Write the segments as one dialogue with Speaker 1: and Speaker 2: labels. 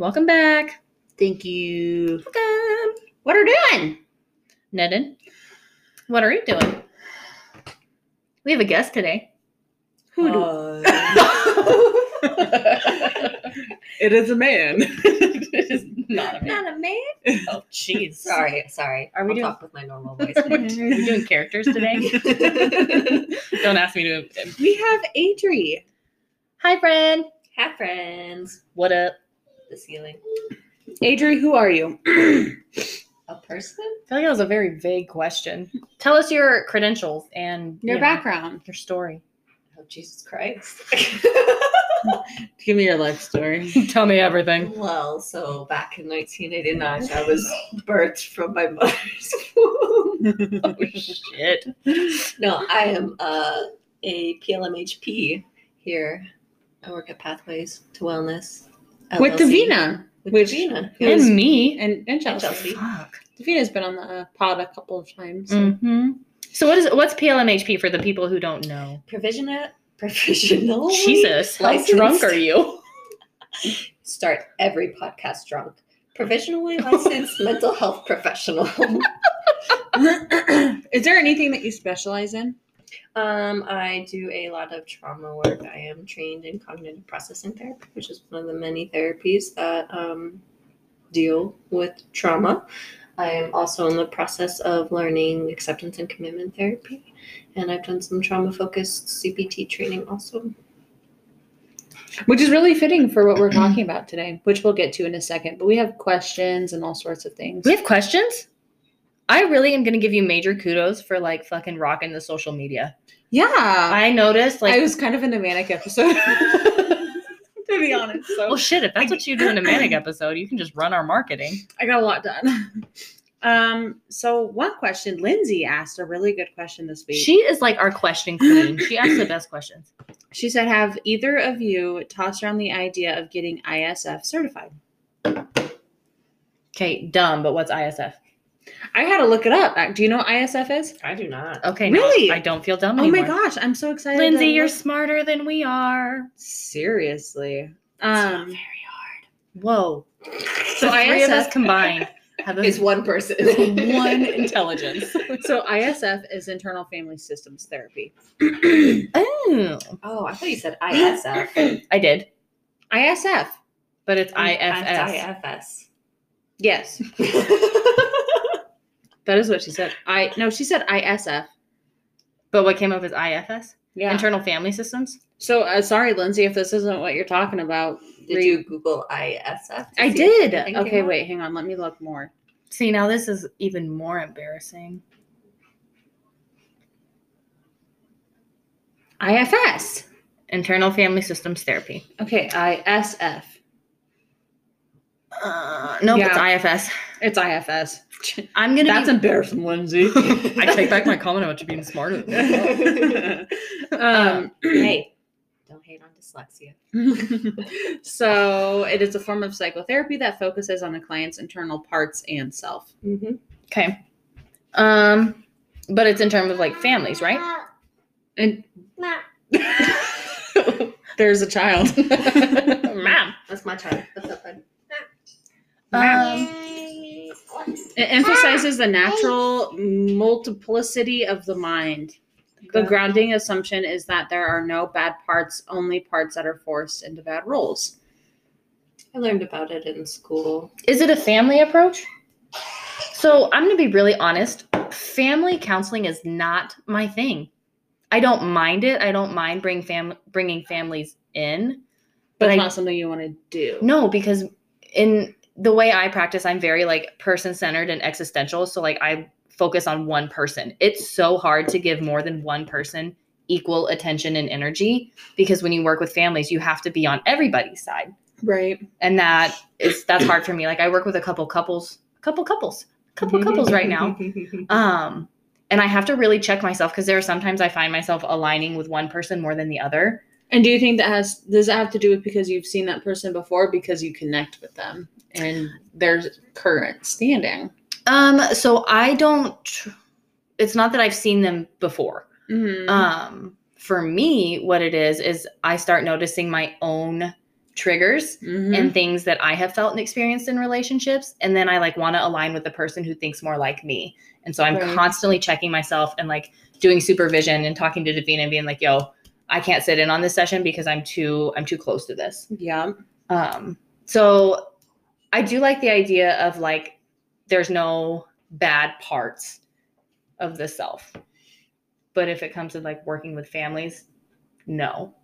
Speaker 1: Welcome back.
Speaker 2: Thank you.
Speaker 1: Welcome.
Speaker 2: What are doing?
Speaker 1: Nedden, what are you doing? We have a guest today.
Speaker 3: Who
Speaker 1: Oh.
Speaker 3: do- it is a man.
Speaker 1: it is not a man.
Speaker 2: Not a man.
Speaker 1: Oh, jeez.
Speaker 2: Sorry, sorry.
Speaker 1: Are we
Speaker 2: I'll
Speaker 1: doing-
Speaker 2: talk with my normal voice?
Speaker 1: We're doing characters today. Don't ask me to.
Speaker 3: we have Adri.
Speaker 1: Hi, friend.
Speaker 2: Hi, friends.
Speaker 1: What up?
Speaker 2: The ceiling.
Speaker 3: Adri, who are you?
Speaker 2: A person?
Speaker 1: I feel like that was a very vague question. Tell us your credentials and
Speaker 3: Your
Speaker 1: you know,
Speaker 3: background.
Speaker 1: your story.
Speaker 2: Oh, Jesus Christ.
Speaker 3: Give me your life story.
Speaker 1: Tell me everything.
Speaker 2: well, so back in 1989, I was birthed from my mother's womb.
Speaker 1: Oh, shit.
Speaker 2: No, I am uh, a PLMHP here. I work at Pathways to Wellness.
Speaker 3: With
Speaker 2: LLC.
Speaker 3: Davina.
Speaker 2: With
Speaker 3: which-
Speaker 2: Davina.
Speaker 3: It was-
Speaker 1: and me.
Speaker 3: And, and Chelsea.
Speaker 2: Chelsea. Mm.
Speaker 1: Fuck.
Speaker 3: Davina's been on the pod a couple of times.
Speaker 1: hmm So what is what's PLMHP for the people who don't know?
Speaker 2: Provisional. Professional.
Speaker 1: Jesus, how
Speaker 2: licensed.
Speaker 1: drunk are you?
Speaker 2: Start every podcast drunk. Provisionally licensed mental health professional.
Speaker 3: is there anything that you specialize in?
Speaker 2: Um, I do a lot of trauma work. I am trained in cognitive processing therapy, which is one of the many therapies that um, deal with trauma. I am also in the process of learning acceptance and commitment therapy, and I've done some trauma focused CPT training also.
Speaker 3: Which is really fitting for what we're talking about today, which we'll get to in a second. But we have questions and all sorts of things.
Speaker 1: We have questions? I really am gonna give you major kudos for like fucking rocking the social media.
Speaker 3: Yeah.
Speaker 1: I noticed like
Speaker 3: I was kind of in a manic episode. to be honest. So
Speaker 1: well oh, shit, if that's what you do in a manic episode, you can just run our marketing.
Speaker 3: I got a lot done. Um, so one question, Lindsay asked a really good question this week.
Speaker 1: She is like our question queen. She asks the best questions.
Speaker 3: she said, Have either of you tossed around the idea of getting ISF certified?
Speaker 1: Okay, dumb, but what's ISF?
Speaker 3: I had to look it up. Uh, Do you know what ISF is?
Speaker 2: I do not.
Speaker 1: Okay, no,
Speaker 3: Really?
Speaker 1: I don't feel dumb
Speaker 3: Oh
Speaker 1: anymore.
Speaker 3: my gosh, I'm so excited.
Speaker 1: Lindsay,
Speaker 3: to
Speaker 1: you're
Speaker 3: look-
Speaker 1: smarter than we are.
Speaker 3: seriously.
Speaker 2: it's not
Speaker 3: Um
Speaker 2: very
Speaker 1: Whoa.
Speaker 3: So
Speaker 1: the three of us
Speaker 3: ISF
Speaker 1: combined have
Speaker 2: hard.
Speaker 1: a
Speaker 2: Uh, Is one person.
Speaker 1: one intelligence.
Speaker 3: so ISF is internal family systems therapy.
Speaker 1: Oh,
Speaker 2: Oh, I thought you said ISF.
Speaker 1: I did,
Speaker 3: ISF.
Speaker 1: but it's IFS.
Speaker 2: It's
Speaker 3: Yes.
Speaker 2: IFS.
Speaker 3: That is what she said. I no, she said ISF.
Speaker 1: But what came up is IFS,
Speaker 3: Yeah.
Speaker 1: internal family systems.
Speaker 3: so uh, sorry, Lindsay, if this isn't what you're talking about.
Speaker 2: Did you Google ISF? to
Speaker 3: I
Speaker 2: see if
Speaker 3: did.
Speaker 2: anything came
Speaker 3: Okay,
Speaker 2: up?
Speaker 3: wait, hang on. Let me look more.
Speaker 1: See, now this is even more embarrassing.
Speaker 3: IFS.
Speaker 1: Internal family systems therapy.
Speaker 3: Okay, ISF.
Speaker 1: Uh, nope, it's IFS.
Speaker 3: It's IFS.
Speaker 1: I'm gonna.
Speaker 3: That's
Speaker 1: be-
Speaker 3: embarrassing, Lindsay.
Speaker 1: I take back my comment about you being smarter. Than me.
Speaker 3: um,
Speaker 2: hey, don't hate on dyslexia.
Speaker 3: so, it is a form of psychotherapy that focuses on the client's internal parts and self.
Speaker 2: Mm-hmm.
Speaker 1: Okay. Um, but it's in terms of like families, right?
Speaker 3: And there's a child.
Speaker 1: Mom.
Speaker 2: That's my turn. What's up, bud?
Speaker 1: Um,
Speaker 3: It emphasizes the natural multiplicity of the mind. The grounding assumption is that there are no bad parts, only parts that are forced into bad roles.
Speaker 2: I learned about it in school.
Speaker 1: Is it a family approach? So I'm going to be really honest. Family counseling is not my thing. I don't mind it. I don't mind bring fam- bringing families in.
Speaker 3: But,
Speaker 1: But
Speaker 3: it's
Speaker 1: I-
Speaker 3: not something you want to do.
Speaker 1: No, because in the way I practice, I'm very like person centered and existential. So like I focus on one person. It's so hard to give more than one person equal attention and energy because when you work with families, you have to be on everybody's side
Speaker 3: Right.
Speaker 1: and that is that's hard for me like i work with a couple couples a couple couples a couple couples right now um and i have to really check myself because there are sometimes i find myself aligning with one person more than the other
Speaker 3: And do you think that has does that have to do with because you've seen that person before because you connect with them and their current standing?
Speaker 1: um so i don't tr- it's not that i've seen them before
Speaker 3: Mm-hmm.
Speaker 1: um for me what it is is i start noticing my own triggers
Speaker 3: Mhm.
Speaker 1: and things that I have felt and experienced in relationships. And then I like want to align with the person who thinks more like me. And so I'm
Speaker 2: Right.
Speaker 1: constantly checking myself and like doing supervision and talking to Davina and being like, yo, I can't sit in on this session because I'm too I'm too close to this.
Speaker 3: yeah.
Speaker 1: Um so I do like the idea of like there's no bad parts of the self. But if it comes to like working with families, no.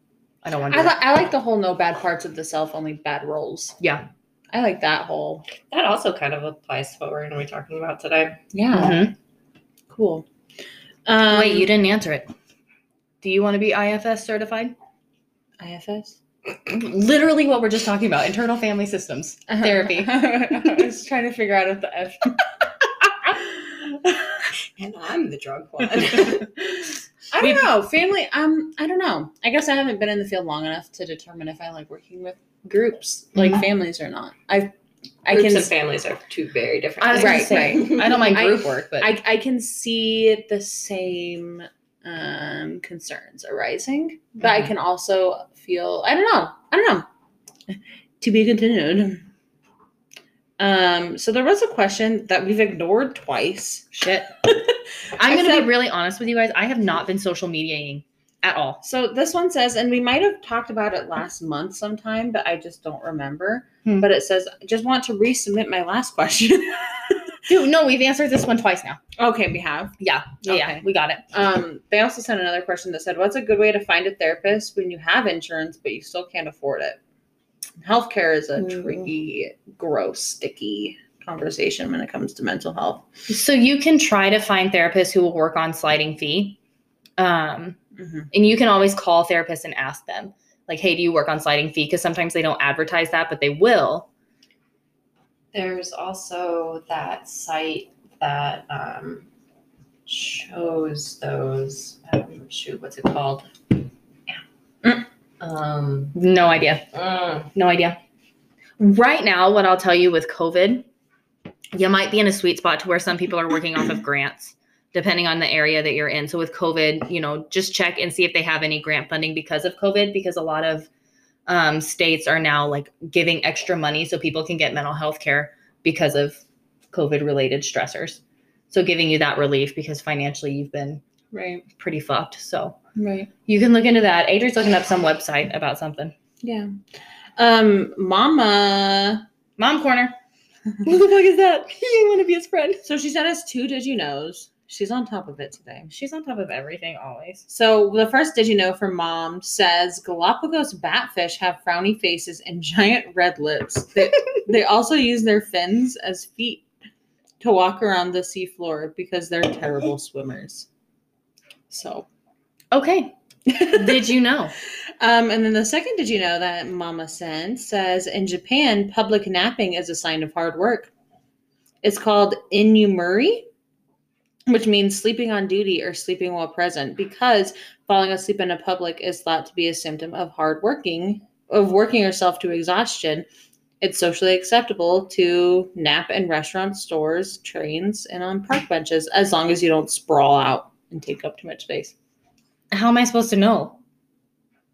Speaker 1: I don't want to
Speaker 3: I, li- I like the whole no bad parts of the self, only bad roles.
Speaker 1: Yeah.
Speaker 3: I like that whole.
Speaker 2: That also kind of applies to what we're going to be talking about today.
Speaker 3: Yeah.
Speaker 1: Mm-hmm.
Speaker 3: Cool. Um,
Speaker 1: Wait, you didn't answer it. Do you want to be IFS certified?
Speaker 3: IFS?
Speaker 1: Literally, what we're just talking about internal family systems. Therapy.
Speaker 3: Uh-huh. I was trying to figure out what the F.
Speaker 2: And I'm the drug one.
Speaker 3: I
Speaker 1: We-
Speaker 3: don't know. Family, um, I don't know. I guess I haven't been in the field long enough to determine if I like working with groups, like
Speaker 1: Mhm.
Speaker 3: families or not. I I
Speaker 2: Groups
Speaker 3: can
Speaker 2: and families are two very different
Speaker 1: I was
Speaker 3: gonna
Speaker 1: right,
Speaker 3: say,
Speaker 1: I don't mind
Speaker 3: I-
Speaker 1: group work, but
Speaker 3: I, I can see the same um concerns arising, but I
Speaker 1: Mhm.
Speaker 3: can also feel I don't know. I don't know. To be continued. Um, so there was a question that we've ignored twice.
Speaker 1: shit. I'm going to
Speaker 3: Except-
Speaker 1: be really honest with you guys. I have not been social mediating at all.
Speaker 3: So this one says, and we might have talked about it last month sometime, but I just don't remember.
Speaker 1: Hmm.
Speaker 3: But it says, "I just want to resubmit my last question.
Speaker 1: Dude, no, we've answered this one twice now.
Speaker 3: okay, we have.
Speaker 1: Yeah. Yeah, yeah,
Speaker 3: Okay.
Speaker 1: we got it.
Speaker 3: Um, they also sent another question that said, What's a good way to find a therapist when you have insurance but you still can't afford it? Healthcare is a
Speaker 2: Ooh.
Speaker 3: tricky, gross, sticky conversation when it comes to mental health.
Speaker 1: So you can try to find therapists who will work on sliding fee. Um,
Speaker 3: Mhm.
Speaker 1: and you can always call therapists and ask them, like, hey, do you work on sliding fee? Because sometimes they don't advertise that, but they will.
Speaker 2: There's also that site that um, shows those. Um, shoot, what's it called?
Speaker 3: Mm.
Speaker 2: Um,
Speaker 1: No idea.
Speaker 2: mm,
Speaker 1: No idea. Right now, what I'll tell you with COVID, you might be in a sweet spot to where some people are working off of grants, depending on the area that you're in. So with COVID, you know, just check and see if they have any grant funding because of COVID, because a lot of um, states are now like giving extra money so people can get mental health care because of COVID related stressors. So giving you that relief because financially you've been
Speaker 3: Right,
Speaker 1: pretty fucked. So
Speaker 3: right.
Speaker 1: you can look into that. Adrian's looking up some website about something.
Speaker 3: Yeah. Um, Mama.
Speaker 1: Mom corner. what the fuck is that? You want to be his friend?
Speaker 3: So she sent us two Did You Knows. She's on top of it today.
Speaker 1: She's on top of everything always.
Speaker 3: So the first did you know from mom says Galapagos batfish have frowny faces and giant red lips. They, they also use their fins as feet to walk around the seafloor because they're terrible swimmers. So
Speaker 1: Okay. Did you know?
Speaker 3: um, and then the second did you know that Mama sent says in Japan, public napping is a sign of hard work. It's called inumuri, which means sleeping on duty or sleeping while present, because falling asleep in a public is thought to be a symptom of hard working, of working yourself to exhaustion. It's socially acceptable to nap in restaurants, stores, trains, and on park benches, as long as you don't sprawl out and take up too much space.
Speaker 1: How am I supposed to know?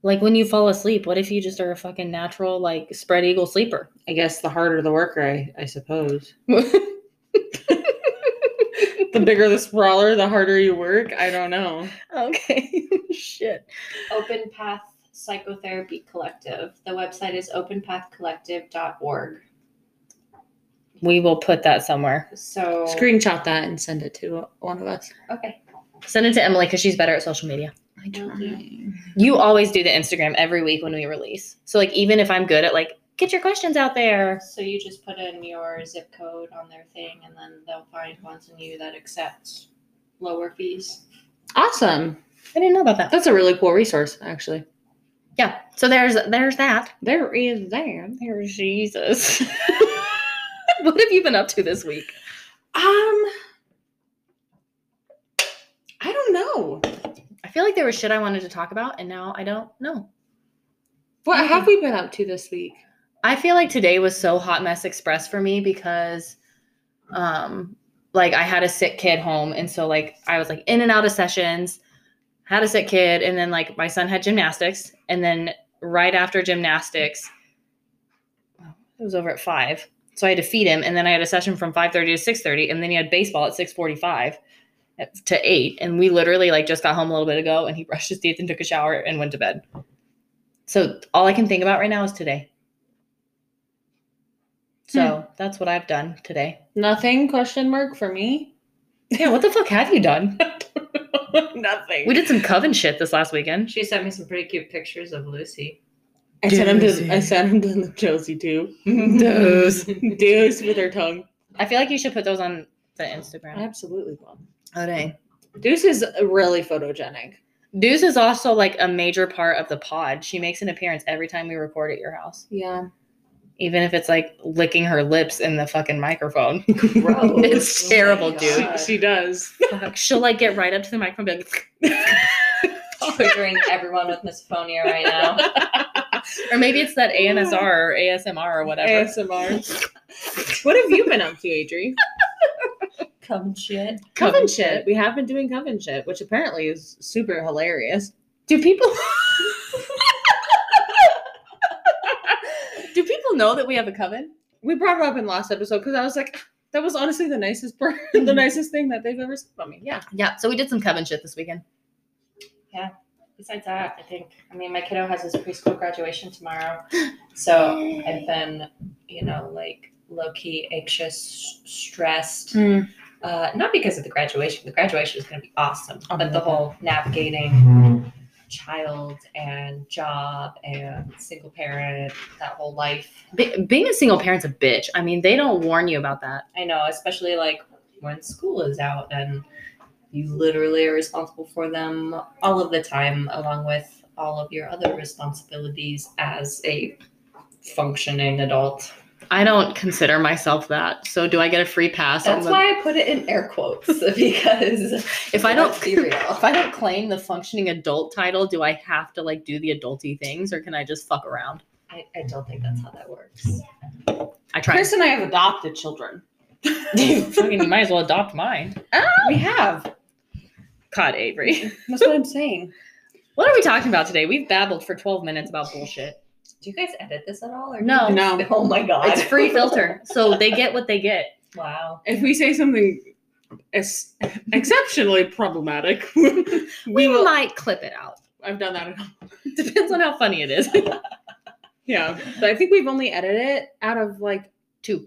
Speaker 1: Like when you fall asleep, what if you just are a fucking natural like spread eagle sleeper?
Speaker 3: I guess the harder the worker, I, I suppose. the bigger the sprawler, the harder you work. I don't know.
Speaker 1: okay. Shit.
Speaker 2: Open Path Psychotherapy Collective. The website is openpathcollective.org.
Speaker 1: We will put that somewhere.
Speaker 2: So
Speaker 3: Screenshot that and send it to one of us.
Speaker 2: Okay.
Speaker 1: Send it to Emily because she's better at social media.
Speaker 3: I try.
Speaker 1: You always do the Instagram every week when we release. So like even if I'm good at like get your questions out there.
Speaker 2: So you just put in your zip code on their thing, and then they'll find ones in you that accept lower fees.
Speaker 3: Awesome.
Speaker 1: I didn't know about that.
Speaker 3: That's a really cool resource, actually.
Speaker 1: Yeah. So there's there's that.
Speaker 3: There is there.
Speaker 1: There's Jesus. what have you been up to this week?
Speaker 3: Um I don't know.
Speaker 1: I feel like there was shit I wanted to talk about, and now I don't know.
Speaker 3: What have we been up to this week?
Speaker 1: I feel like today was so hot mess express for me because, um, like I had a sick kid home, and so like I was like in and out of sessions, had a sick kid, and then like my son had gymnastics, and then right after gymnastics, It was over at five. So I had to feed him, and then I had a session from five thirty to six thirty, and then he had baseball at six forty five to eight. And we literally like just got home a little bit ago, and he brushed his teeth and took a shower and went to bed. So all I can think about right now is today. So that's what I've done today.
Speaker 3: Nothing question mark for me.
Speaker 1: Yeah, what the fuck have you done?
Speaker 2: Nothing.
Speaker 1: We did some coven shit this last weekend.
Speaker 2: She sent me some pretty cute pictures of Lucy.
Speaker 3: I sent him to I sent him to Josie too.
Speaker 1: Deuce.
Speaker 3: Deuce with her tongue.
Speaker 1: I feel like you should put those on the Instagram.
Speaker 3: Absolutely bomb.
Speaker 1: Okay.
Speaker 3: Deuce is really photogenic.
Speaker 1: Deuce is also like a major part of the pod. She makes an appearance every time we record at your house,
Speaker 3: Yeah.
Speaker 1: even if it's like licking her lips in the fucking microphone.
Speaker 2: Gross.
Speaker 1: It's
Speaker 2: Oh my
Speaker 1: terrible,
Speaker 2: God.
Speaker 1: dude.
Speaker 3: She, she does.
Speaker 1: Fuck. She'll like get right up to the microphone and be like,
Speaker 2: Triggering everyone with misophonia right now.
Speaker 1: or maybe it's that ANSR or ASMR or whatever.
Speaker 3: ASMR. what have you been up to, Adri?
Speaker 2: Come shit.
Speaker 1: Coven shit.
Speaker 3: We have been doing coven shit, which apparently is super hilarious.
Speaker 1: Do people Do people know that we have a coven?
Speaker 3: We brought it up in last episode because I was like, that was honestly the nicest part, the nicest thing that they've ever said about me. Yeah.
Speaker 1: Yeah, so we did some coven shit this weekend.
Speaker 2: Besides that, I think I mean my kiddo has his preschool graduation tomorrow, so I've been, you know, like low key anxious, stressed.
Speaker 3: Mm.
Speaker 2: Uh, not because of the graduation. The graduation is going to be awesome,
Speaker 3: Oh,
Speaker 2: but the
Speaker 3: yeah.
Speaker 2: whole navigating child and job and single parent, that whole life.
Speaker 1: Be- being a single parent's a bitch. I mean, they don't warn you about that.
Speaker 2: I know, especially like when school is out and you literally are responsible for them all of the time, along with all of your other responsibilities as a functioning adult.
Speaker 1: I don't consider myself that. So do I get a free pass? on
Speaker 2: That's
Speaker 1: the-
Speaker 2: why I put it in air quotes because
Speaker 1: if I don't
Speaker 2: let's be real.
Speaker 1: if I don't claim the functioning adult title, do I have to like do the adulty things or can I just fuck around?
Speaker 2: I, I don't think that's how that works.
Speaker 1: I try.
Speaker 3: Chris and I have adopted children.
Speaker 1: Fucking, you might as well adopt mine.
Speaker 3: We have.
Speaker 1: God, Avery.
Speaker 3: That's what I'm saying.
Speaker 1: What are we talking about today? We've babbled for 12 minutes about bullshit.
Speaker 2: Do you guys edit this at all? Or
Speaker 1: No.
Speaker 3: No.
Speaker 2: Oh my god.
Speaker 1: It's free filter. So they get what they get.
Speaker 2: wow.
Speaker 3: If we say something ex- exceptionally problematic, we,
Speaker 1: We
Speaker 3: will.
Speaker 1: might clip it out.
Speaker 3: I've done that. enough.
Speaker 1: Depends on how funny it is.
Speaker 3: Yeah, but I think we've only edited it out of like
Speaker 1: Two.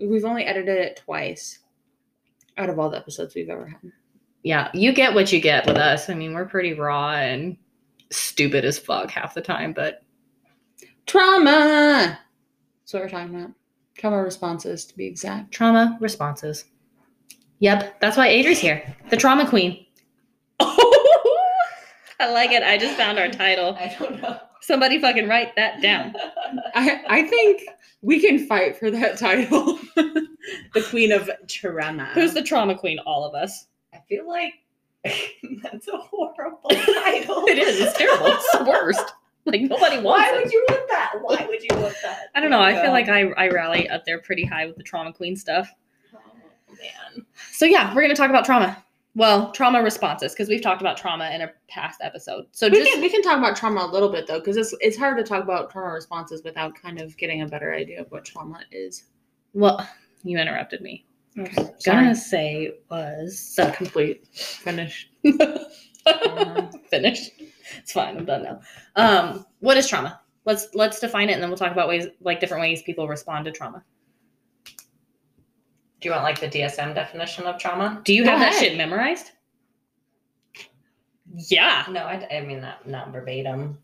Speaker 3: we've only edited it twice out of all the episodes we've ever had.
Speaker 1: Yeah, you get what you get with us. I mean, we're pretty raw and stupid as fuck half the time, but
Speaker 3: Trauma. That's what we're talking about. Trauma responses, to be exact.
Speaker 1: trauma responses. Yep, that's why Adri's here. The trauma queen. I like it. I just found our title.
Speaker 2: I don't know.
Speaker 1: Somebody fucking write that down.
Speaker 3: I I think we can fight for that title. the queen of trauma.
Speaker 1: Who's the trauma queen? All of us.
Speaker 2: I feel like that's a horrible title.
Speaker 1: It is. It's terrible. It's the worst. Like nobody wants
Speaker 2: Why
Speaker 1: it.
Speaker 2: would you want that? Why would you want that? Oh
Speaker 1: I don't know. I feel
Speaker 2: Yeah.
Speaker 1: like I, I rally up there pretty high with the trauma queen stuff.
Speaker 2: Oh man.
Speaker 1: So yeah, we're gonna talk about trauma. Well, trauma responses because we've talked about trauma in a past episode. So
Speaker 3: we
Speaker 1: just
Speaker 3: can we can talk about trauma a little bit though, because it's it's hard to talk about trauma responses without kind of getting a better idea of what trauma is.
Speaker 1: well, you interrupted me.
Speaker 3: Okay.
Speaker 1: Gonna say was
Speaker 3: complete finish.
Speaker 1: finished. It's fine. I'm done now. Um, what is trauma? Let's let's define it, and then we'll talk about ways like different ways people respond to trauma.
Speaker 2: Do you want like the DSM definition of trauma?
Speaker 1: Do you
Speaker 3: Go
Speaker 1: have that
Speaker 3: ahead.
Speaker 1: shit memorized? Yeah.
Speaker 2: No, I, I mean not not verbatim.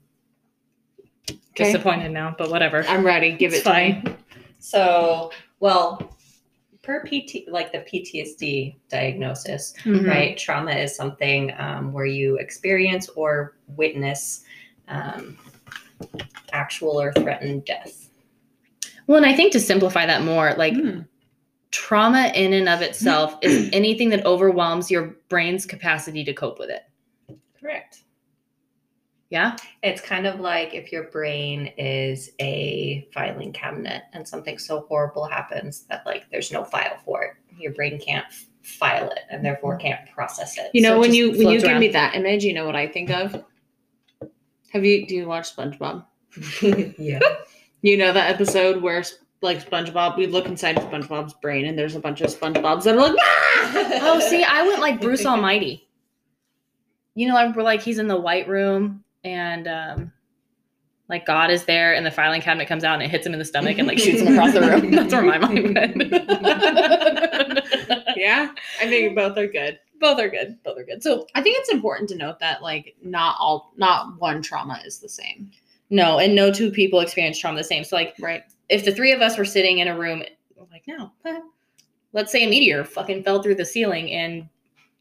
Speaker 3: Okay.
Speaker 1: Disappointed now, but whatever.
Speaker 3: I'm ready. Give
Speaker 1: It's
Speaker 3: it to me.
Speaker 1: fine.
Speaker 2: So, well, per PT, like the PTSD diagnosis,
Speaker 3: Mm-hmm.
Speaker 1: Mm-hmm.
Speaker 2: right? Trauma is something um, where you experience or witness um, actual or threatened death.
Speaker 1: Well, and I think to simplify that more, like
Speaker 3: Hmm.
Speaker 1: trauma in and of itself is anything that overwhelms your brain's capacity to cope with it.
Speaker 2: Correct.
Speaker 1: Yeah.
Speaker 2: It's kind of like if your brain is a filing cabinet and something so horrible happens that like there's no file for it. Your brain can't f- file it and therefore can't process it.
Speaker 3: You
Speaker 1: So
Speaker 3: know
Speaker 1: it
Speaker 3: when
Speaker 1: just
Speaker 3: you when you
Speaker 1: floats
Speaker 3: give
Speaker 1: around.
Speaker 3: me that image, you know what I think of. Have you do you watch SpongeBob?
Speaker 2: So- yeah.
Speaker 3: You know that episode where like SpongeBob, we look inside SpongeBob's brain, and there's a bunch of SpongeBobs that are like, "Ah!"
Speaker 1: Oh, see, I went like Bruce Almighty. You know, like, we're like he's in the white room and um like God is there and the filing cabinet comes out and it hits him in the stomach and like shoots him across the room. That's where my mind went.
Speaker 3: yeah, I think both are good.
Speaker 1: Both are good. Both are good. So
Speaker 3: I think it's important to note that like not all, not one trauma is the same.
Speaker 1: no, and no two people experience trauma the same. So like
Speaker 3: Right.
Speaker 1: if the three of us were sitting in a room, we're like no, eh. let's say a meteor fucking fell through the ceiling and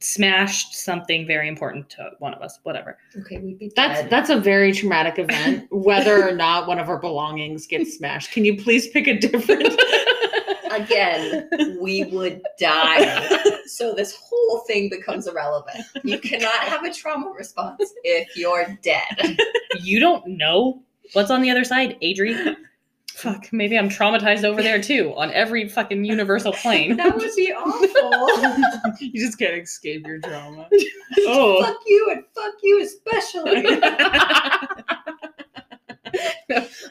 Speaker 1: smashed something very important to one of us, whatever.
Speaker 2: Okay, we'd be
Speaker 3: That's that's a very traumatic event. Whether or not one of our belongings gets smashed, can you please pick a different?
Speaker 2: again, we would die. So this whole thing becomes irrelevant. You cannot have a trauma response if you're dead.
Speaker 1: you don't know what's on the other side, Adri. Fuck, maybe I'm traumatized over there too on every fucking universal plane.
Speaker 2: That would be awful.
Speaker 3: you just can't escape your trauma. Oh,
Speaker 2: fuck you and fuck you especially.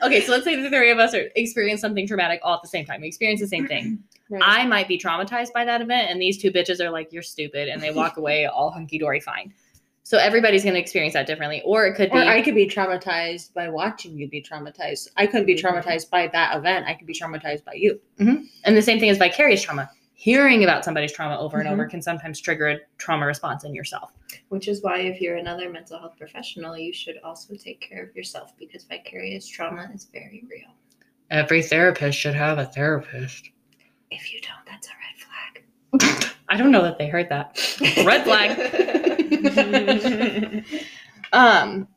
Speaker 1: okay, so let's say the three of us are experience something traumatic all at the same time. We experience the same thing. I might be traumatized by that event, and these two bitches are like, "You're stupid," and they walk away all hunky dory fine. So everybody's gonna experience that differently, or it could be
Speaker 3: Or I could be traumatized by watching you be traumatized. I couldn't be traumatized by that event. I could be traumatized by you.
Speaker 1: And the same thing is vicarious trauma. Hearing about somebody's trauma over
Speaker 3: Mhm.
Speaker 1: and over can sometimes trigger a trauma response in yourself.
Speaker 2: Which is why, if you're another mental health professional, you should also take care of yourself because vicarious trauma is very real.
Speaker 1: Every therapist should have a therapist.
Speaker 2: If you don't, that's a red flag.
Speaker 1: I don't know that they heard that. Red flag. um,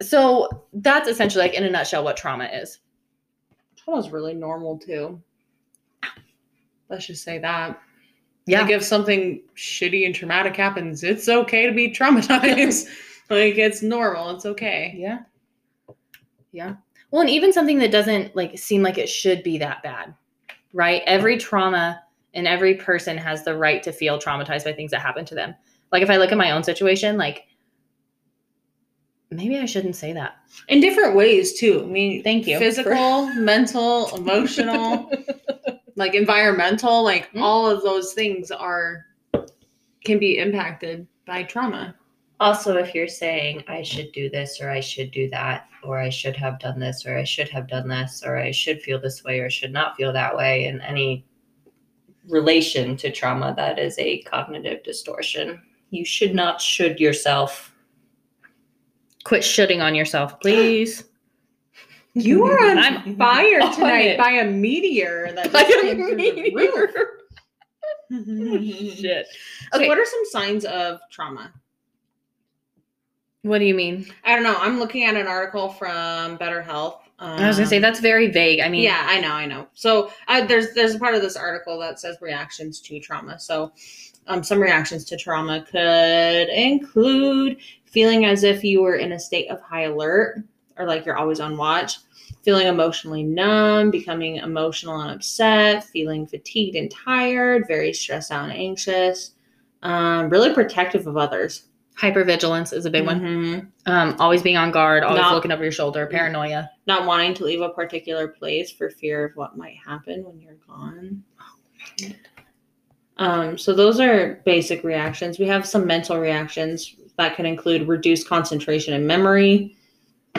Speaker 1: so that's essentially like in a nutshell what trauma is.
Speaker 3: Trauma's really normal too. Let's just say that.
Speaker 1: Yeah.
Speaker 3: Like if something shitty and traumatic happens, it's okay to be traumatized. like it's normal. It's okay.
Speaker 1: Yeah. Yeah. Well, and even something that doesn't like seem like it should be that bad, right? Every trauma and every person has the right to feel traumatized by things that happen to them. Like if I look at my own situation, like maybe I shouldn't say that.
Speaker 3: In different ways too. I mean,
Speaker 1: Thank you.
Speaker 3: Physical, mental, emotional, like environmental, like
Speaker 1: Mm.
Speaker 3: all of those things are can be impacted by trauma.
Speaker 2: Also, if you're saying, I should do this, or I should do that, or I should have done this, or I should have done this, or I should feel this way, or should not feel that way, in any relation to trauma, that is a cognitive distortion. You should not should yourself.
Speaker 1: Quit shitting on yourself, please.
Speaker 3: You are on
Speaker 1: I'm
Speaker 3: fire
Speaker 1: on
Speaker 3: tonight
Speaker 1: it.
Speaker 3: by a meteor that
Speaker 1: By
Speaker 3: just
Speaker 1: a
Speaker 3: came through the
Speaker 1: meteor.
Speaker 3: roof.
Speaker 1: Shit.
Speaker 3: So
Speaker 1: Okay.
Speaker 3: what are some signs of trauma?
Speaker 1: What do you mean?
Speaker 3: I don't know. I'm looking at an article from Better Health. Um,
Speaker 1: I was gonna say that's very vague. I mean,
Speaker 3: yeah, I know, I know. So uh, there's there's a part of this article that says reactions to trauma. So um, some reactions to trauma could include feeling as if you were in a state of high alert or like you're always on watch, feeling emotionally numb, becoming emotional and upset, feeling fatigued and tired, very stressed out and anxious, um, really protective of others.
Speaker 1: hypervigilance is a big one.
Speaker 3: Mhm.
Speaker 2: Mm-hmm.
Speaker 1: Um, always being on guard, always
Speaker 3: Not-
Speaker 1: looking over your shoulder, paranoia.
Speaker 3: not wanting to leave a particular place for fear of what might happen when you're gone. Um, so those are basic reactions. We have some mental reactions that can include reduced concentration and memory.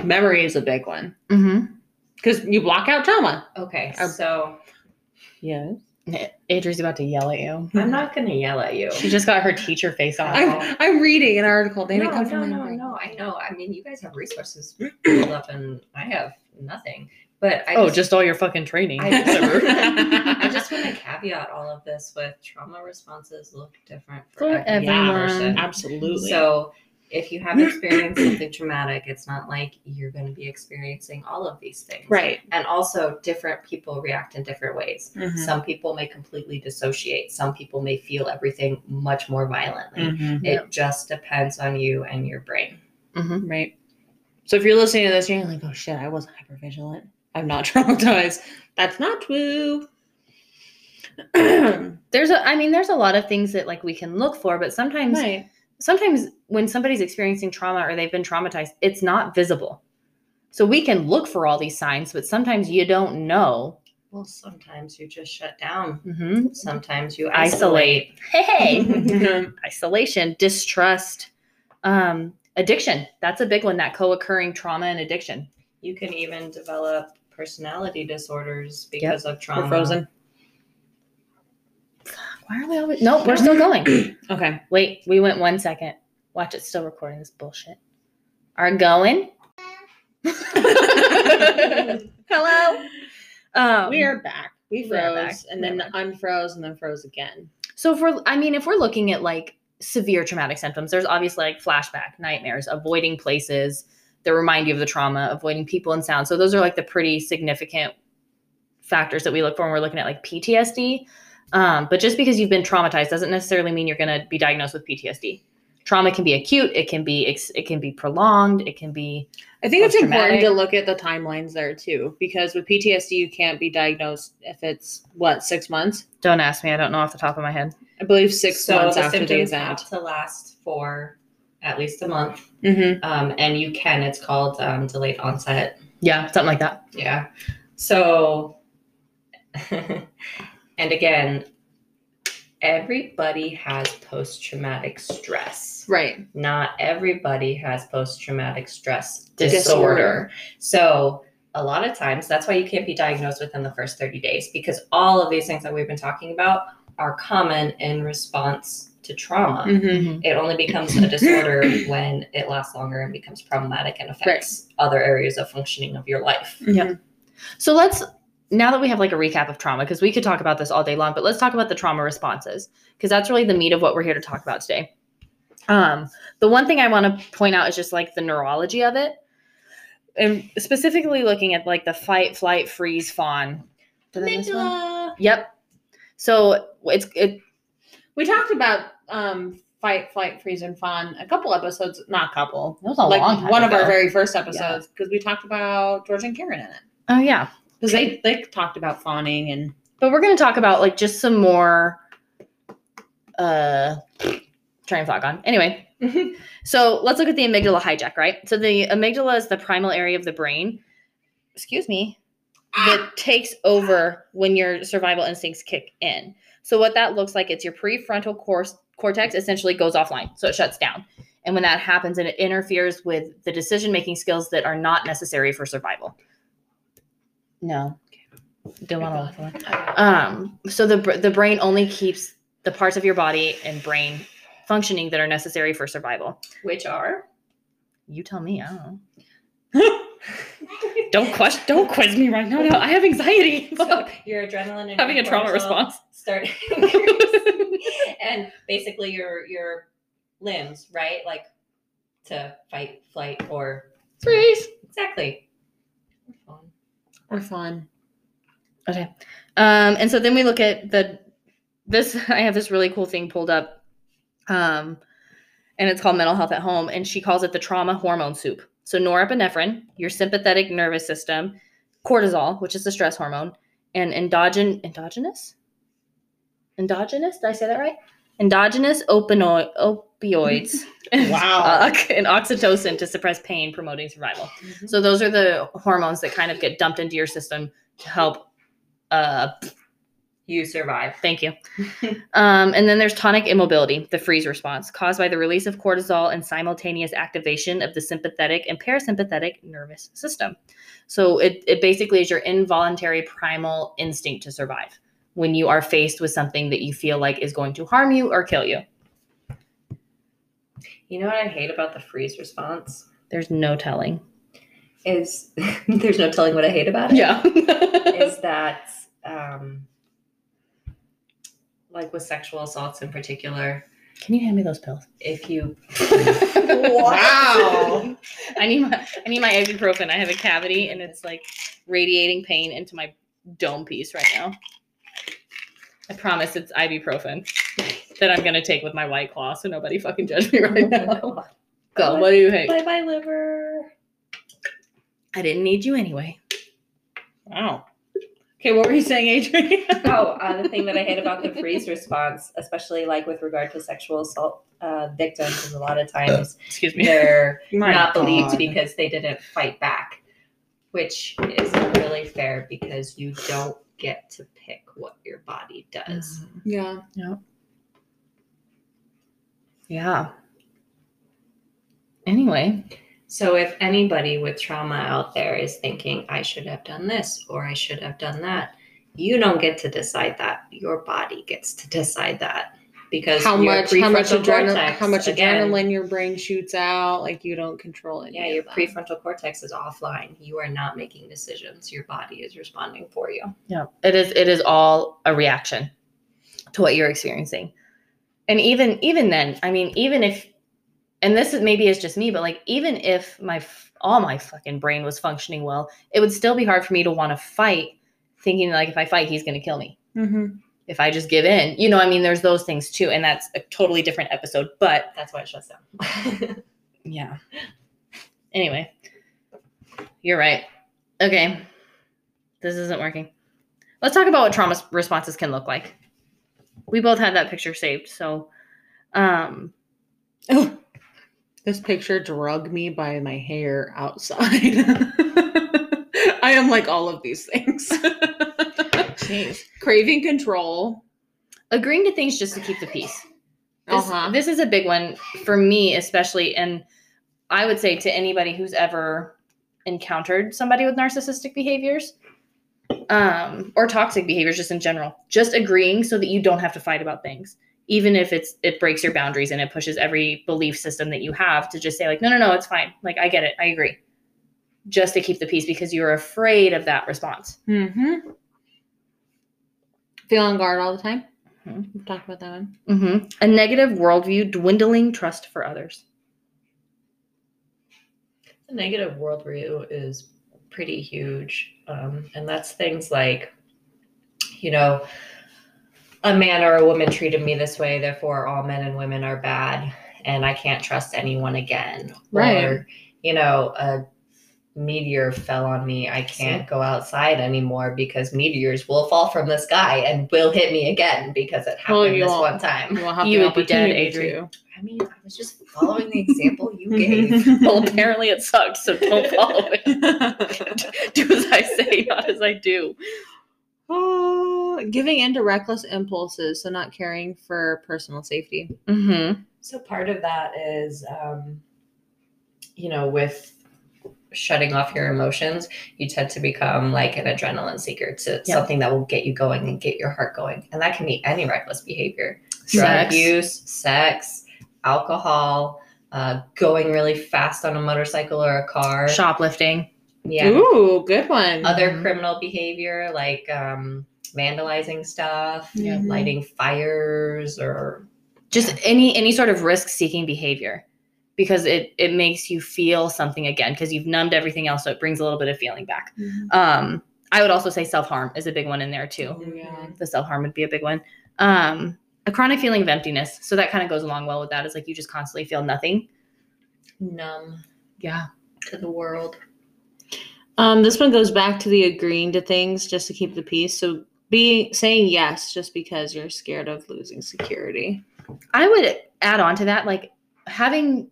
Speaker 3: Memory is a big one
Speaker 1: Mm-hmm.
Speaker 3: because you block out trauma.
Speaker 2: Okay,
Speaker 3: Or-
Speaker 2: so
Speaker 3: Yes.
Speaker 1: Adri's about to yell at you.
Speaker 2: I'm not going to yell at you.
Speaker 1: She just got her teacher face off.
Speaker 3: I'm, I'm reading an article. They
Speaker 2: no,
Speaker 3: didn't come
Speaker 2: no,
Speaker 3: from
Speaker 2: no,
Speaker 3: memory.
Speaker 2: no. I know. I mean, you guys have resources built up, and I have nothing. But I
Speaker 1: oh,
Speaker 2: just,
Speaker 1: just all your fucking training.
Speaker 2: I just-
Speaker 1: Whatever.
Speaker 2: I just want to caveat all of this with trauma responses look different for,
Speaker 1: For
Speaker 2: every
Speaker 1: everyone.
Speaker 2: person.
Speaker 3: Absolutely.
Speaker 2: So if you have experienced something traumatic, it's not like you're going to be experiencing all of these things.
Speaker 3: right.
Speaker 2: And also, different people react in different ways.
Speaker 3: Mm-hmm.
Speaker 1: Mm-hmm.
Speaker 2: Some people may completely dissociate. Some people may feel everything much more violently.
Speaker 3: Mm-hmm.
Speaker 2: It
Speaker 1: Mm-hmm. Yep.
Speaker 2: just depends on you and your brain.
Speaker 1: Mm-hmm.
Speaker 3: Right. So if you're listening to this, you're like, oh shit, I wasn't hypervigilant. I'm not traumatized. That's not true. right.
Speaker 1: there's a, I mean, there's a lot of things that like we can look for, but sometimes, sometimes when somebody's experiencing trauma or they've been traumatized, it's not visible. So we can look for all these signs, but sometimes you don't know
Speaker 2: Well, sometimes you just shut down.
Speaker 1: Mm-hmm.
Speaker 2: Sometimes you isolate.
Speaker 1: Isolate. Hey,
Speaker 3: Mhm.
Speaker 1: isolation, distrust, um, addiction. That's a big one. That co-occurring trauma and addiction.
Speaker 2: You can even develop personality disorders because of trauma.
Speaker 3: We're frozen.
Speaker 1: Why are we always? No, we're still going.
Speaker 3: Okay.
Speaker 1: Wait, we went one second. Watch it's still recording this bullshit. Are going? Hello. Um,
Speaker 3: we are back. We
Speaker 1: We are back.
Speaker 3: froze and then
Speaker 1: Never
Speaker 3: unfroze and then froze again.
Speaker 1: So if we're, I mean, if we're looking at like severe traumatic symptoms, there's obviously like flashback, nightmares, avoiding places that remind you of the trauma, avoiding people and sound. So those are like the pretty significant factors that we look for when we're looking at like PTSD. Um, but just because you've been traumatized doesn't necessarily mean you're going to be diagnosed with PTSD. Trauma can be acute. It can be ex- it can be prolonged. It can be
Speaker 3: I think it's
Speaker 1: Post-traumatic.
Speaker 3: important to look at the timelines there too, because with PTSD you can't be diagnosed if it's what six months.
Speaker 1: don't ask me. I don't know off the top of my head.
Speaker 3: I believe six
Speaker 2: so
Speaker 3: months
Speaker 2: the
Speaker 3: after the
Speaker 2: symptoms
Speaker 3: event.
Speaker 2: have to last for at least a month.
Speaker 3: Mm-hmm.
Speaker 2: Um, and you can, it's called um, delayed onset
Speaker 1: Yeah, something like that.
Speaker 2: Yeah. So, and again, everybody has post traumatic stress.
Speaker 3: Right.
Speaker 2: Not everybody has post traumatic stress
Speaker 1: Disorder.
Speaker 2: disorder. So, a lot of times, that's why you can't be diagnosed within the first 30 days because all of these things that we've been talking about are common in response to trauma.
Speaker 3: Mm-hmm.
Speaker 2: It only becomes a disorder when it lasts longer and becomes problematic and affects other areas of functioning of your life.
Speaker 3: Yeah.
Speaker 1: So let's now that we have like a recap of trauma, because we could talk about this all day long, but let's talk about the trauma responses because that's really the meat of what we're here to talk about today. Um, the one thing I want to point out is just like the neurology of it, and specifically looking at like the fight, flight, freeze, fawn. Did I miss one? Yep. So it's it.
Speaker 3: We talked about um, fight, flight, freeze, and fawn a couple episodes, not a couple,
Speaker 1: That was a
Speaker 3: like
Speaker 1: long time
Speaker 3: one of our
Speaker 1: ago.
Speaker 3: very first episodes because we talked about George and Karen in it
Speaker 1: Oh yeah.
Speaker 3: because they they talked about fawning and
Speaker 1: but we're going to talk about like just some more uh train of thought gone anyway so let's look at the amygdala hijack right so the amygdala is the primal area of the brain excuse me that takes over when your survival instincts kick in so what that looks like it's your prefrontal course, cortex essentially goes offline so it shuts down and when that happens and it interferes with the decision making skills that are not necessary for survival no don't want to look for it. Um, so the br- the brain only keeps the parts of your body and brain functioning that are necessary for survival.
Speaker 2: Which are?
Speaker 1: You tell me. I don't know. Don't question. Don't quiz me right now. No, I have anxiety.
Speaker 2: So your adrenaline and
Speaker 1: Having
Speaker 2: your
Speaker 1: a trauma
Speaker 2: cortisol
Speaker 1: response.
Speaker 2: start and basically your your limbs, right? Like to fight, flight, or
Speaker 1: Freeze.
Speaker 2: exactly.
Speaker 3: or fawn.
Speaker 1: Okay. Um, and so then we look at the this I have this really cool thing pulled up. Um, and it's called mental health at home, and she calls it the trauma hormone soup. So norepinephrine, your sympathetic nervous system, cortisol, which is the stress hormone, and endogen endogenous? Endogenous? Did I say that right? Endogenous opino- opioids.
Speaker 3: Wow.
Speaker 1: Fuck. and oxytocin to suppress pain, promoting survival. So those are the hormones that kind of get dumped into your system to help. Uh,
Speaker 2: You survive.
Speaker 1: thank you. um, and then there's tonic immobility, the freeze response caused by the release of cortisol and simultaneous activation of the sympathetic and parasympathetic nervous system. So it it basically is your involuntary primal instinct to survive when you are faced with something that you feel like is going to harm you or kill you.
Speaker 2: You know what I hate about the freeze response
Speaker 1: There's no telling.
Speaker 2: is there's no telling what I hate about it.
Speaker 1: Yeah.
Speaker 2: is that um, like with sexual assaults in particular,
Speaker 1: Can you hand me those pills?
Speaker 2: if you
Speaker 3: Wow.
Speaker 1: I need my I need my ibuprofen. I have a cavity and it's like radiating pain into my dome piece right now. I promise it's ibuprofen that I'm gonna take with my white claw, so nobody fucking judge me right now. Go. What do you hate?
Speaker 2: Bye bye liver.
Speaker 1: I didn't need you anyway.
Speaker 3: Wow. Okay, what were you saying, Adrian?
Speaker 2: Oh, uh, the thing that I hate about the freeze response, especially like with regard to sexual assault uh, victims, is a lot of times
Speaker 1: Excuse me.
Speaker 2: they're
Speaker 3: My
Speaker 2: not
Speaker 3: God.
Speaker 2: believed because they didn't fight back, which is not really fair because you don't get to pick what your body does.
Speaker 1: Mm-hmm.
Speaker 3: Yeah.
Speaker 1: Yeah. Anyway,
Speaker 2: So if anybody with trauma out there is thinking, I should have done this or I should have done that, you don't get to decide that. Your body gets to decide that because
Speaker 3: How
Speaker 2: your
Speaker 3: much? How much
Speaker 2: prefrontal
Speaker 3: adrenaline?
Speaker 2: cortex,
Speaker 3: How much
Speaker 2: again,
Speaker 3: adrenaline your brain shoots out? Like you don't control it.
Speaker 2: Yeah, your prefrontal cortex is offline. You are not making decisions. Your body is responding for you.
Speaker 1: yeah, it is it is all a reaction to what you're experiencing. And even even then, I mean, even if and this is maybe is just me, but like even if my f- all my fucking brain was functioning well, it would still be hard for me to want to fight thinking like if I fight he's going to kill me.
Speaker 3: hmm
Speaker 1: If I just give in, you know, I mean, there's those things too and that's a totally different episode, but
Speaker 2: That's why it shuts down.
Speaker 1: Yeah. Anyway, you're right. Okay. This isn't working. Let's talk about what trauma s- responses can look like. We both had that picture saved. So, um,
Speaker 3: This picture drug me by my hair outside. I am like all of these things. Craving control.
Speaker 1: agreeing to things just to keep the peace. This,
Speaker 3: Uh-huh.
Speaker 1: this is a big one for me, especially. And I would say to anybody who's ever encountered somebody with narcissistic behaviors um, or toxic behaviors, just in general, just agreeing so that you don't have to fight about things. Even if it's it breaks your boundaries and it pushes every belief system that you have to just say like no no no it's fine like I get it I agree, just to keep the peace because you're afraid of that response.
Speaker 3: hmm Feel on guard all the time.
Speaker 1: Mhm.
Speaker 3: We've talked about that one.
Speaker 1: Mm-hmm. A negative worldview, dwindling trust for others.
Speaker 2: The negative worldview is pretty huge. Um, and that's things like, you know, a man or a woman treated me this way, therefore all men and women are bad, and I can't trust anyone again.
Speaker 3: Right.
Speaker 2: Or, you know, a meteor fell on me. I can't go outside anymore because meteors will fall from the sky and will hit me again because it
Speaker 3: Well,
Speaker 2: happened
Speaker 3: Oh, you
Speaker 2: this
Speaker 3: all-
Speaker 2: one time.
Speaker 3: We'll have
Speaker 1: You
Speaker 3: the
Speaker 1: would be dead,
Speaker 3: opportunity
Speaker 1: Adri.
Speaker 2: I mean, I was just following the example you gave.
Speaker 1: Well,
Speaker 3: to.
Speaker 1: apparently it sucks, so don't follow it. do as I say, not as I do.
Speaker 3: Oh, giving in to reckless impulses, so not caring for personal safety.
Speaker 1: Mm-hmm.
Speaker 2: So part of that is, um, you know, with shutting off your emotions, you tend to become like an adrenaline seeker to something that will get you going and get your heart going. And that can be any reckless behavior drug
Speaker 1: Sex.
Speaker 2: use, sex, alcohol, uh, going really fast on a motorcycle or a car.
Speaker 1: Shoplifting.
Speaker 2: Yeah.
Speaker 3: Ooh, good one.
Speaker 2: Other
Speaker 1: Mhm.
Speaker 2: criminal behavior like um, vandalizing stuff,
Speaker 3: Yeah.
Speaker 2: lighting fires, or
Speaker 1: Just any any sort of risk seeking behavior. Because it it makes you feel something again because you've numbed everything else, so it brings a little bit of feeling back.
Speaker 3: Mm-hmm.
Speaker 1: Um, I would also say self harm is a big one in there too.
Speaker 3: Yeah.
Speaker 1: The self harm would be a big one. Um, a chronic feeling of emptiness. So that kind of goes along well with that. Is like you just constantly feel nothing.
Speaker 2: numb
Speaker 1: Yeah.
Speaker 2: to the world.
Speaker 3: Um, this one goes back to the agreeing to things just to keep the peace. So being saying yes just because you're scared of losing security.
Speaker 1: I would add on to that, like having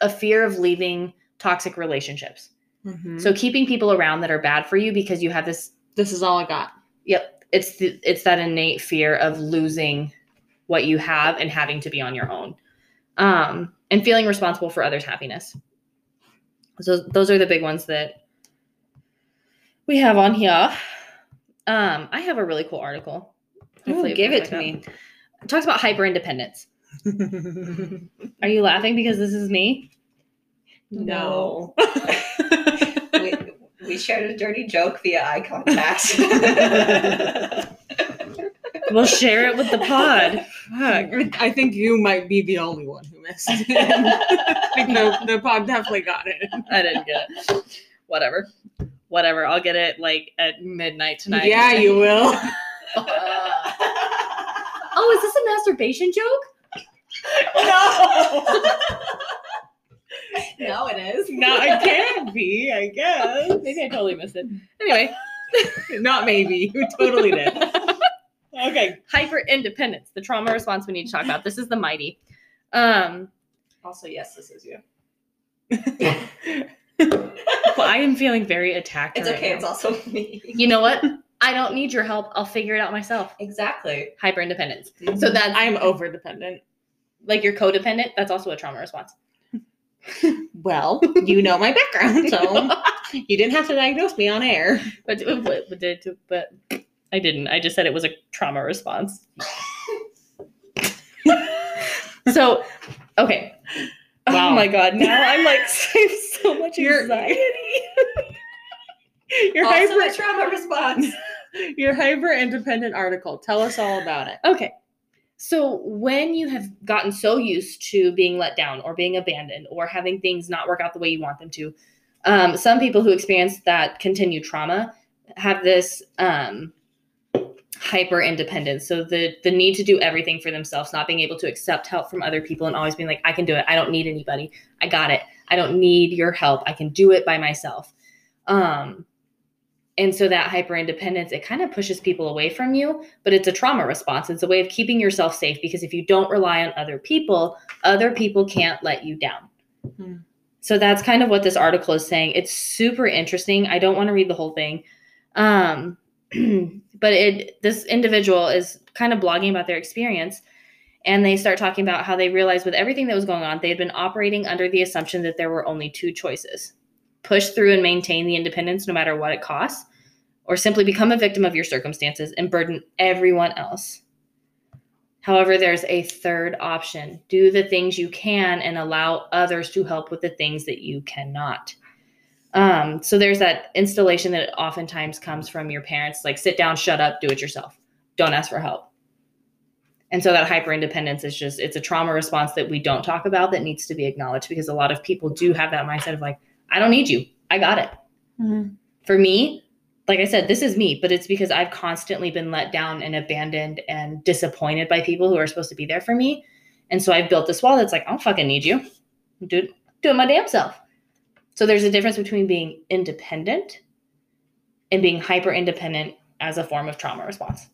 Speaker 1: a fear of leaving toxic relationships.
Speaker 3: So
Speaker 1: So keeping people around that are bad for you because you have this
Speaker 3: this is all I got.
Speaker 1: it's the, it's that innate fear of losing what you have and having to be on your own. Um and feeling responsible for others' happiness. So those are the big ones that we have on here. Um I have a really cool article. Hopefully
Speaker 3: Ooh, give
Speaker 1: pulls
Speaker 3: it to
Speaker 1: back up.
Speaker 3: me.
Speaker 1: It talks about hyper independence. Are you laughing because this is me?
Speaker 2: No. we, we shared a dirty joke via eye contact.
Speaker 1: We'll share it with the pod. Fuck.
Speaker 3: I think you might be the only one who missed think the, the pod definitely got it.
Speaker 1: I didn't get it. Whatever. Whatever. I'll get it like at midnight tonight.
Speaker 3: Yeah, you will.
Speaker 1: Oh, is this a masturbation joke?
Speaker 2: no. no, it is.
Speaker 3: Not it can be, I guess.
Speaker 1: Maybe I totally missed it. Anyway,
Speaker 3: Not maybe. You totally did. Okay.
Speaker 1: hyper independence, the trauma response we need to talk about. This is the mighty. Um,
Speaker 2: Also, yes, this is you.
Speaker 1: well, I am feeling very attacked.
Speaker 2: It's
Speaker 1: right
Speaker 2: okay.
Speaker 1: now.
Speaker 2: It's also me.
Speaker 1: You know what? I don't need your help. I'll figure it out myself.
Speaker 2: Exactly.
Speaker 1: Hyper independence. So that's
Speaker 4: I'm over dependent.
Speaker 1: like you're codependent. That's also a trauma response.
Speaker 4: Well, you know my background, so you didn't have to diagnose me on air.
Speaker 1: But, but, but, but, but I didn't. I just said it was a trauma response. so, okay.
Speaker 4: Wow.
Speaker 1: Oh my god! Now I'm like save so much
Speaker 4: You're-
Speaker 1: anxiety.
Speaker 4: Your
Speaker 2: also
Speaker 4: hyper,
Speaker 2: a trauma response.
Speaker 4: your hyper independent article. Tell us all about it.
Speaker 1: Okay. So when you have gotten so used to being let down or being abandoned or having things not work out the way you want them to, um, some people who experience that continued trauma have this um, hyper independence. So the the need to do everything for themselves, not being able to accept help from other people, and always being like, "I can do it. I don't need anybody. I got it. I don't need your help. I can do it by myself." Um, and so that hyper independence it kind of pushes people away from you but it's a trauma response. It's a way of keeping yourself safe because if you don't rely on other people, other people can't let you down.
Speaker 4: Hmm.
Speaker 1: So that's kind of what this article is saying. It's super interesting. I don't want to read the whole thing. Um, but it this individual is kind of blogging about their experience and they start talking about how they realized with everything that was going on, they had been operating under the assumption that there were only two choices. Push through and maintain the independence no matter what it costs or simply become a victim of your circumstances and burden everyone else. However, there's a third option do the things you can and allow others to help with the things that you cannot. Um, so there's that installation that oftentimes comes from your parents like, sit down, shut up, do it yourself, don't ask for help. And so that hyper independence is just, it's a trauma response that we don't talk about that needs to be acknowledged because a lot of people do have that mindset of like, I don't need you, I got it
Speaker 4: Mm-hmm.
Speaker 1: for me, like I said, this is me, but it's because I've constantly been let down and abandoned and disappointed by people who are supposed to be there for me. And so I've built this wall that's like, I don't fucking need you. Do it, do it my damn self. So there's a difference between being independent and being hyper independent as a form of trauma response.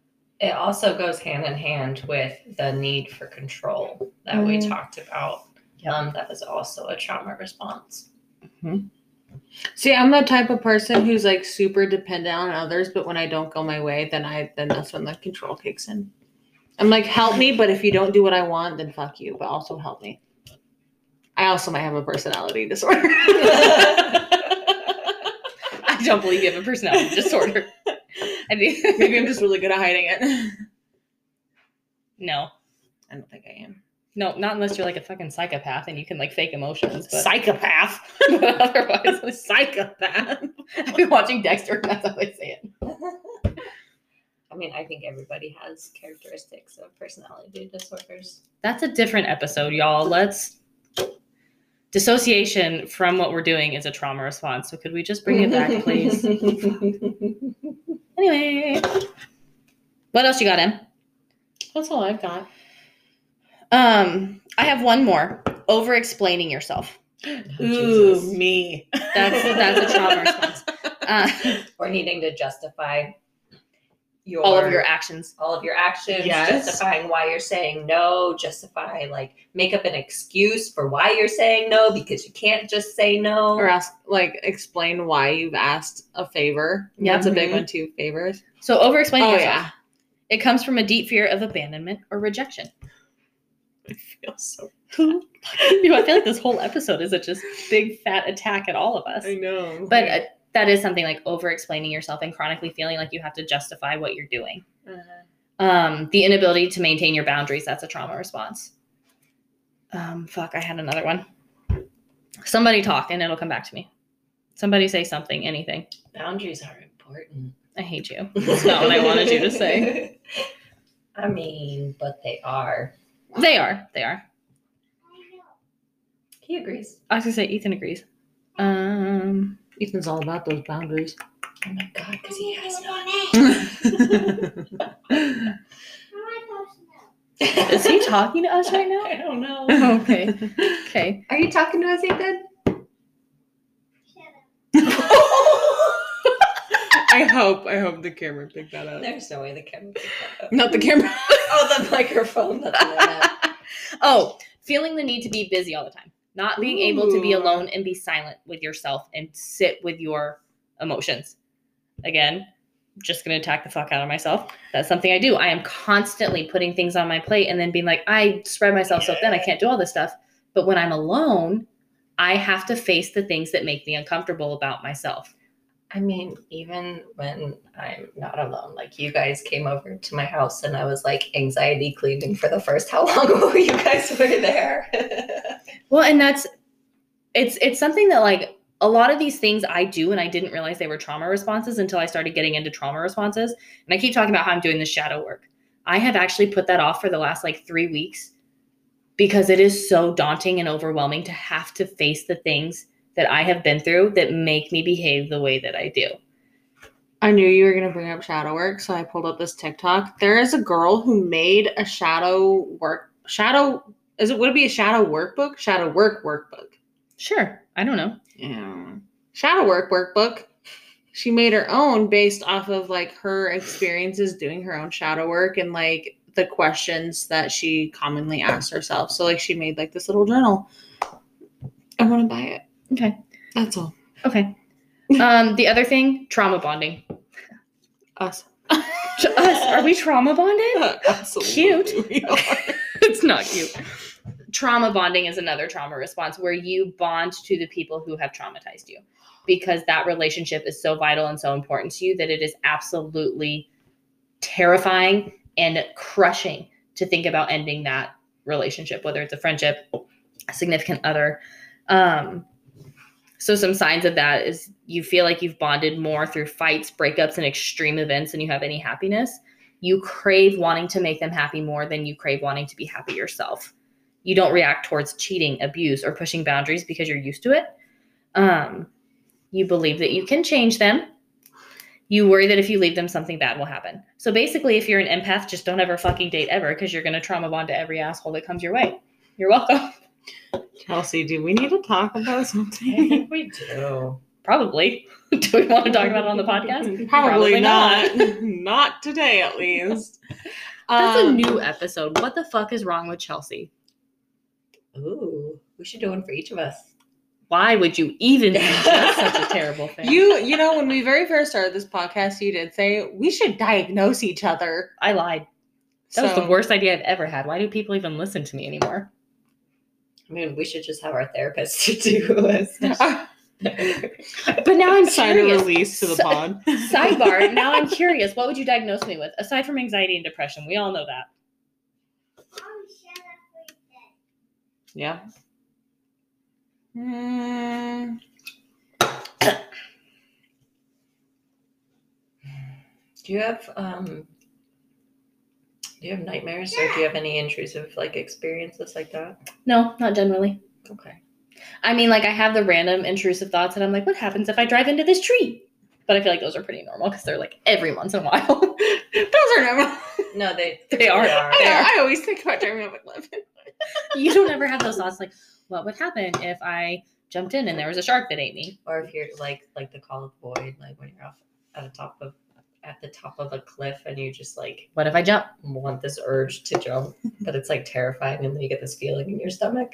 Speaker 2: It also goes hand in hand with the need for control that we
Speaker 1: Mm.
Speaker 2: talked about.
Speaker 1: Yep.
Speaker 2: Um, that is also a trauma response.
Speaker 4: See, I'm the type of person who's like super dependent on others, but when I don't go my way, then I then that's when the control kicks in. I'm like, help me, but if you don't do what I want, then fuck you, but also help me. I also might have a personality disorder.
Speaker 1: I don't believe you have a personality disorder. I mean,
Speaker 4: Maybe I'm just really good at hiding it.
Speaker 1: no,
Speaker 4: I don't think I am.
Speaker 1: no, not unless you're like a fucking psychopath and you can like fake emotions. But,
Speaker 4: Psychopath.
Speaker 1: but otherwise,
Speaker 4: Psychopath.
Speaker 1: I've been watching Dexter, and that's how they say it.
Speaker 2: I mean, I think everybody has characteristics of personality disorders.
Speaker 1: That's a different episode, y'all. Let's dissociation from what we're doing is a trauma response. So could we just bring it back, please? Oh, anyway, what else you got, Em?
Speaker 4: That's all I've got.
Speaker 1: Um, I have one more. Over explaining yourself.
Speaker 4: Ooh,
Speaker 2: Jesus.
Speaker 4: me.
Speaker 1: That's that's a trauma response. Uh,
Speaker 2: Or needing to justify your
Speaker 1: all of your actions.
Speaker 2: all of your actions,
Speaker 4: Yes.
Speaker 2: justifying why you're saying no, justify like make up an excuse for why you're saying no because you can't just say no.
Speaker 4: Or ask, like, explain why you've asked a favor.
Speaker 1: Yeah. Mm-hmm.
Speaker 4: That's a big one, too. Favors.
Speaker 1: So over explaining
Speaker 4: Oh,
Speaker 1: yourself.
Speaker 4: yeah.
Speaker 1: It comes from a deep fear of abandonment or rejection.
Speaker 4: I feel so.
Speaker 1: you know, I feel like this whole episode is a just big fat attack at all of us.
Speaker 4: know.
Speaker 1: But uh, that is something like over explaining yourself and chronically feeling like you have to justify what you're doing.
Speaker 4: Uh-huh.
Speaker 1: Um, the inability to maintain your boundaries, that's a trauma response. Um, fuck, I had another one. Somebody talk and it'll come back to me. Somebody say something, anything.
Speaker 2: Boundaries are important.
Speaker 1: I hate you. That's not what I wanted you to say.
Speaker 2: I mean, but they are.
Speaker 1: They are. They are.
Speaker 2: He agrees.
Speaker 1: I was gonna say Ethan agrees. Um
Speaker 4: Ethan's all about those boundaries.
Speaker 2: Oh my god, because he has none.
Speaker 1: is he talking to us right now?
Speaker 2: I don't know.
Speaker 1: Okay. Okay.
Speaker 2: Are you talking to us, Ethan?
Speaker 4: I hope. I hope the camera picked that up.
Speaker 2: There's no way the camera.
Speaker 4: Not the camera.
Speaker 2: oh, the microphone. That's not it.
Speaker 1: Oh, feeling the need to be busy all the time, not being able to be
Speaker 4: Ooh.
Speaker 1: alone and be silent with yourself and sit with your emotions. Again, just going to attack the fuck out of myself. That's something I do. I am constantly putting things on my plate and then being like, I spread myself so thin, I can't do all this stuff. But when I'm alone, I have to face the things that make me uncomfortable about myself.
Speaker 2: I mean, even when I'm not alone, like you guys came over to my house and I was like anxiety cleaning for the first how long ago you guys were there.
Speaker 1: Well, and that's it's it's something that like a lot of these things I do and I didn't realize they were trauma responses until I started getting into trauma responses. And I keep talking about how I'm doing the shadow work. I have actually put that off for the last like 3 weeks because it is so daunting and overwhelming to have to face the things that I have been through that make me behave the way that I do.
Speaker 3: I knew you were going to bring up shadow work, so I pulled up this TikTok. There is a girl who made a shadow work shadow is it would it be a shadow workbook? Shadow work workbook.
Speaker 1: Sure. I don't know.
Speaker 3: Yeah. Shadow work workbook. She made her own based off of like her experiences doing her own shadow work and like the questions that she commonly asked herself. So like she made like this little journal. I want to buy it.
Speaker 1: Okay.
Speaker 3: That's all.
Speaker 1: Okay. Um, the other thing, trauma bonding.
Speaker 3: Us.
Speaker 1: To us, are we trauma bonded?
Speaker 3: Absolutely
Speaker 1: Cute.
Speaker 3: we are.
Speaker 1: it's not cute. Trauma bonding is another trauma response where you bond to the people who have traumatized you because that relationship is so vital and so important to you that it is absolutely terrifying and crushing to think about ending that relationship, whether it's a friendship, a significant other. Um, so some signs of that is you feel like you've bonded more through fights, breakups, and extreme events than you have any happiness. You crave wanting to make them happy more than you crave wanting to be happy yourself. You don't react towards cheating, abuse, or pushing boundaries because you're used to it. Um, you believe that you can change them. You worry that if you leave them, something bad will happen. So basically, if you're an empath, just don't ever fucking date ever because you're going to trauma bond to every asshole that comes your way. You're welcome.
Speaker 3: Kelsey, do we need to talk about something?
Speaker 2: we do.
Speaker 1: Probably. Do we want to talk about it on the podcast? Probably
Speaker 3: Probably, not. not today, at least.
Speaker 1: That's a
Speaker 3: Um,
Speaker 1: new episode. What the fuck is wrong with Chelsea?
Speaker 2: Ooh, we should do one for each of us.
Speaker 1: Why would you even suggest such a terrible thing?
Speaker 3: You you know when we very first started this podcast, you did say we should diagnose each other.
Speaker 1: I lied. That was
Speaker 3: So-
Speaker 1: the worst idea I've ever had. Why do people even listen to me anymore?
Speaker 2: I mean, we should just have our therapist to do us.
Speaker 1: But now I'm
Speaker 3: Sign a
Speaker 1: curious.
Speaker 3: release to the
Speaker 1: Si-
Speaker 3: pod.
Speaker 1: Sidebar. Now I'm curious. What would you diagnose me with aside from anxiety and depression? We all know that.
Speaker 3: Yeah. Mm,
Speaker 2: Do you have um do you have nightmares or do you have any intrusive like experiences like that?
Speaker 1: No, not generally.
Speaker 2: Okay.
Speaker 1: I mean, like I have the random intrusive thoughts, and I'm like, what happens if I drive into this tree? But I feel like those are pretty normal because they're like every once in a while.
Speaker 3: those are normal.
Speaker 2: No, they
Speaker 1: they are.
Speaker 2: They are.
Speaker 1: They are.
Speaker 3: I, I always think about driving up at eleven.
Speaker 1: you don't ever have those thoughts like, what would happen if I jumped in and there was a shark that ate me?
Speaker 2: or if you're like like the call of void, like when you're off at the top of at the top of a cliff and you just like
Speaker 1: What if I jump?
Speaker 2: want this urge to jump, but it's like terrifying and then you get this feeling in your stomach.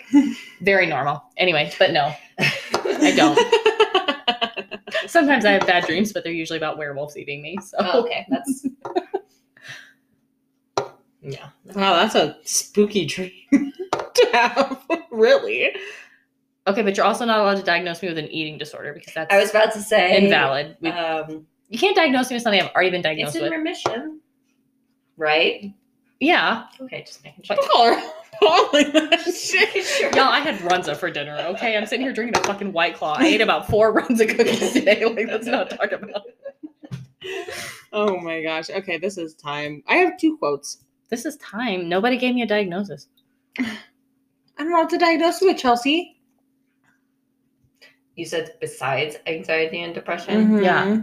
Speaker 1: Very normal. Anyway, but no, I don't. Sometimes I have bad dreams, but they're usually about werewolves eating me. So
Speaker 2: Oh, okay, that's yeah.
Speaker 3: Wow, that's a spooky dream to have. Really?
Speaker 1: okay, but you're also not allowed to diagnose me with an eating disorder because that's
Speaker 2: I was about to say
Speaker 1: invalid. We-
Speaker 2: Um,
Speaker 1: you can't diagnose me with something I've already been
Speaker 2: it's
Speaker 1: diagnosed
Speaker 2: in
Speaker 1: with.
Speaker 2: remission, right?
Speaker 1: yeah,
Speaker 2: Okay, just making sure.
Speaker 1: But-
Speaker 3: Call her Polly that shit.
Speaker 2: Sure.
Speaker 1: y'all, I had runza for dinner. Okay, I'm sitting here drinking a fucking white claw. I ate about four runs of cookies today. Like, let's not talk about. it.
Speaker 3: Oh my gosh. Okay, this is time. I have two quotes.
Speaker 1: This is time. Nobody gave me a diagnosis.
Speaker 3: I don't know what to diagnose you with, Chelsea.
Speaker 2: You said besides anxiety and depression.
Speaker 3: Mm-hmm.
Speaker 1: Yeah.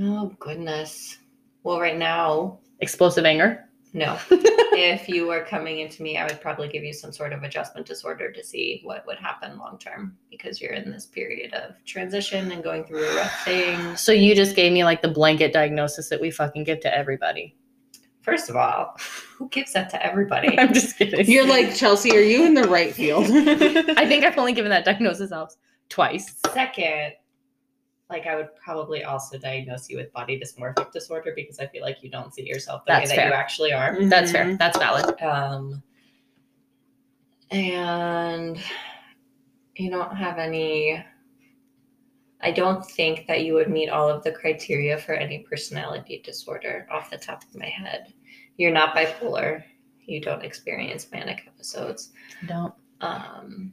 Speaker 2: Oh goodness. Well, right now,
Speaker 1: Explosive anger.
Speaker 2: no. if you were coming into me, I would probably give you some sort of adjustment disorder to see what would happen long term because you're in this period of transition and going through a rough thing.
Speaker 1: So you just gave me like the blanket diagnosis that we fucking give to everybody.
Speaker 2: First of all, who gives that to everybody?
Speaker 1: I'm just kidding.
Speaker 3: You're like, Chelsea, are you in the right field?
Speaker 1: I think I've only given that diagnosis out twice.
Speaker 2: Second, like I would probably also diagnose you with body dysmorphic disorder because I feel like you don't see yourself the
Speaker 1: That's
Speaker 2: way that
Speaker 1: fair.
Speaker 2: you actually are.
Speaker 1: That's
Speaker 2: Mm-hmm.
Speaker 1: fair. That's valid.
Speaker 2: Um, and you don't have any. I don't think that you would meet all of the criteria for any personality disorder off the top of my head. You're not bipolar. You don't experience manic episodes.
Speaker 1: Don't.
Speaker 2: Um,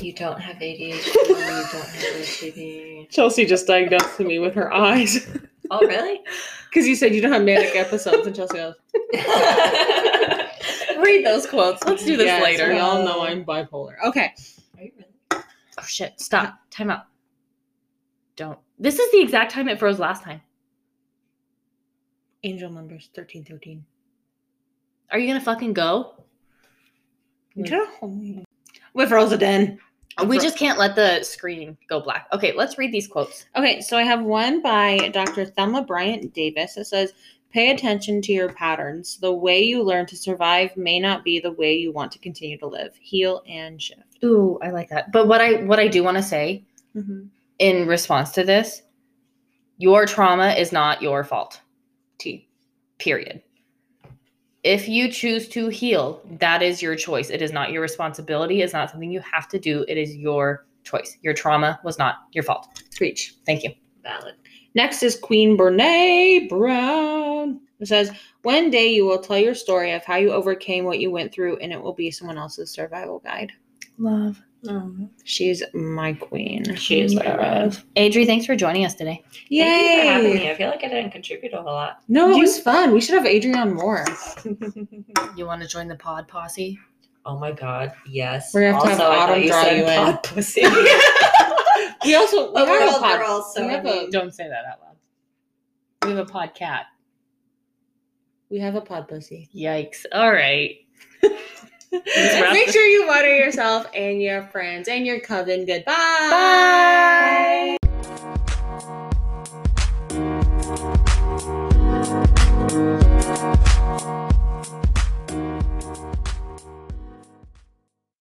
Speaker 2: you don't have ADHD. you don't have OCD.
Speaker 3: Chelsea just diagnosed me with her eyes
Speaker 2: Oh, really?
Speaker 3: because you said you don't have manic episodes, and Chelsea goes,
Speaker 2: Are
Speaker 1: Read those quotes. Let's do this
Speaker 3: "Yes,
Speaker 1: later.
Speaker 3: We all know I'm bipolar. Okay.
Speaker 2: you really?
Speaker 1: Oh shit! Stop. Time out. Don't. This is the exact time it froze last time.
Speaker 3: Angel numbers thirteen thirteen.
Speaker 1: Are you gonna fucking go?
Speaker 3: With Rosaden.
Speaker 1: We just can't let the screen go black. Okay, let's read these quotes.
Speaker 3: Okay, so I have one by Dr. Thelma Bryant Davis. It says, Pay attention to your patterns. The way you learn to survive may not be the way you want to continue to live. Heal and shift.
Speaker 1: Ooh, I like that. But what I what I do want to say
Speaker 2: Mm-hmm.
Speaker 1: in response to this, your trauma is not your fault.
Speaker 3: T.
Speaker 1: Period. If you choose to heal, that is your choice. It is not your responsibility. It's not something you have to do. It is your choice. Your trauma was not your fault.
Speaker 3: Preach.
Speaker 1: Thank you.
Speaker 2: Valid.
Speaker 3: Next is Queen Brene Brown. It says, One day you will tell your story of how you overcame what you went through, and it will be someone else's survival guide.
Speaker 1: Love.
Speaker 3: She's my queen.
Speaker 2: She is my ride.
Speaker 1: Adri, thanks for joining us today.
Speaker 3: Yay!
Speaker 2: Thank you for having me. I feel like I didn't contribute a whole lot.
Speaker 3: No, it
Speaker 2: You-
Speaker 3: was fun. We should have Adrian more.
Speaker 1: You want to join the pod posse?
Speaker 2: oh my god, yes.
Speaker 3: We're gonna have to have
Speaker 2: Also, I thought
Speaker 3: Autumn
Speaker 2: you
Speaker 3: draw
Speaker 2: said
Speaker 3: you in.
Speaker 2: pod pussy.
Speaker 3: We also we
Speaker 2: Oh, we're
Speaker 3: have a
Speaker 2: all-
Speaker 3: pod-
Speaker 2: we're all so
Speaker 3: we have a
Speaker 2: mean.
Speaker 1: Don't say that out loud. We have a pod cat.
Speaker 3: we have a pod pussy.
Speaker 1: Yikes. All right. wrap
Speaker 3: Make
Speaker 1: this-
Speaker 3: sure you water yourself and your friends and your coven. Goodbye.
Speaker 1: Bye.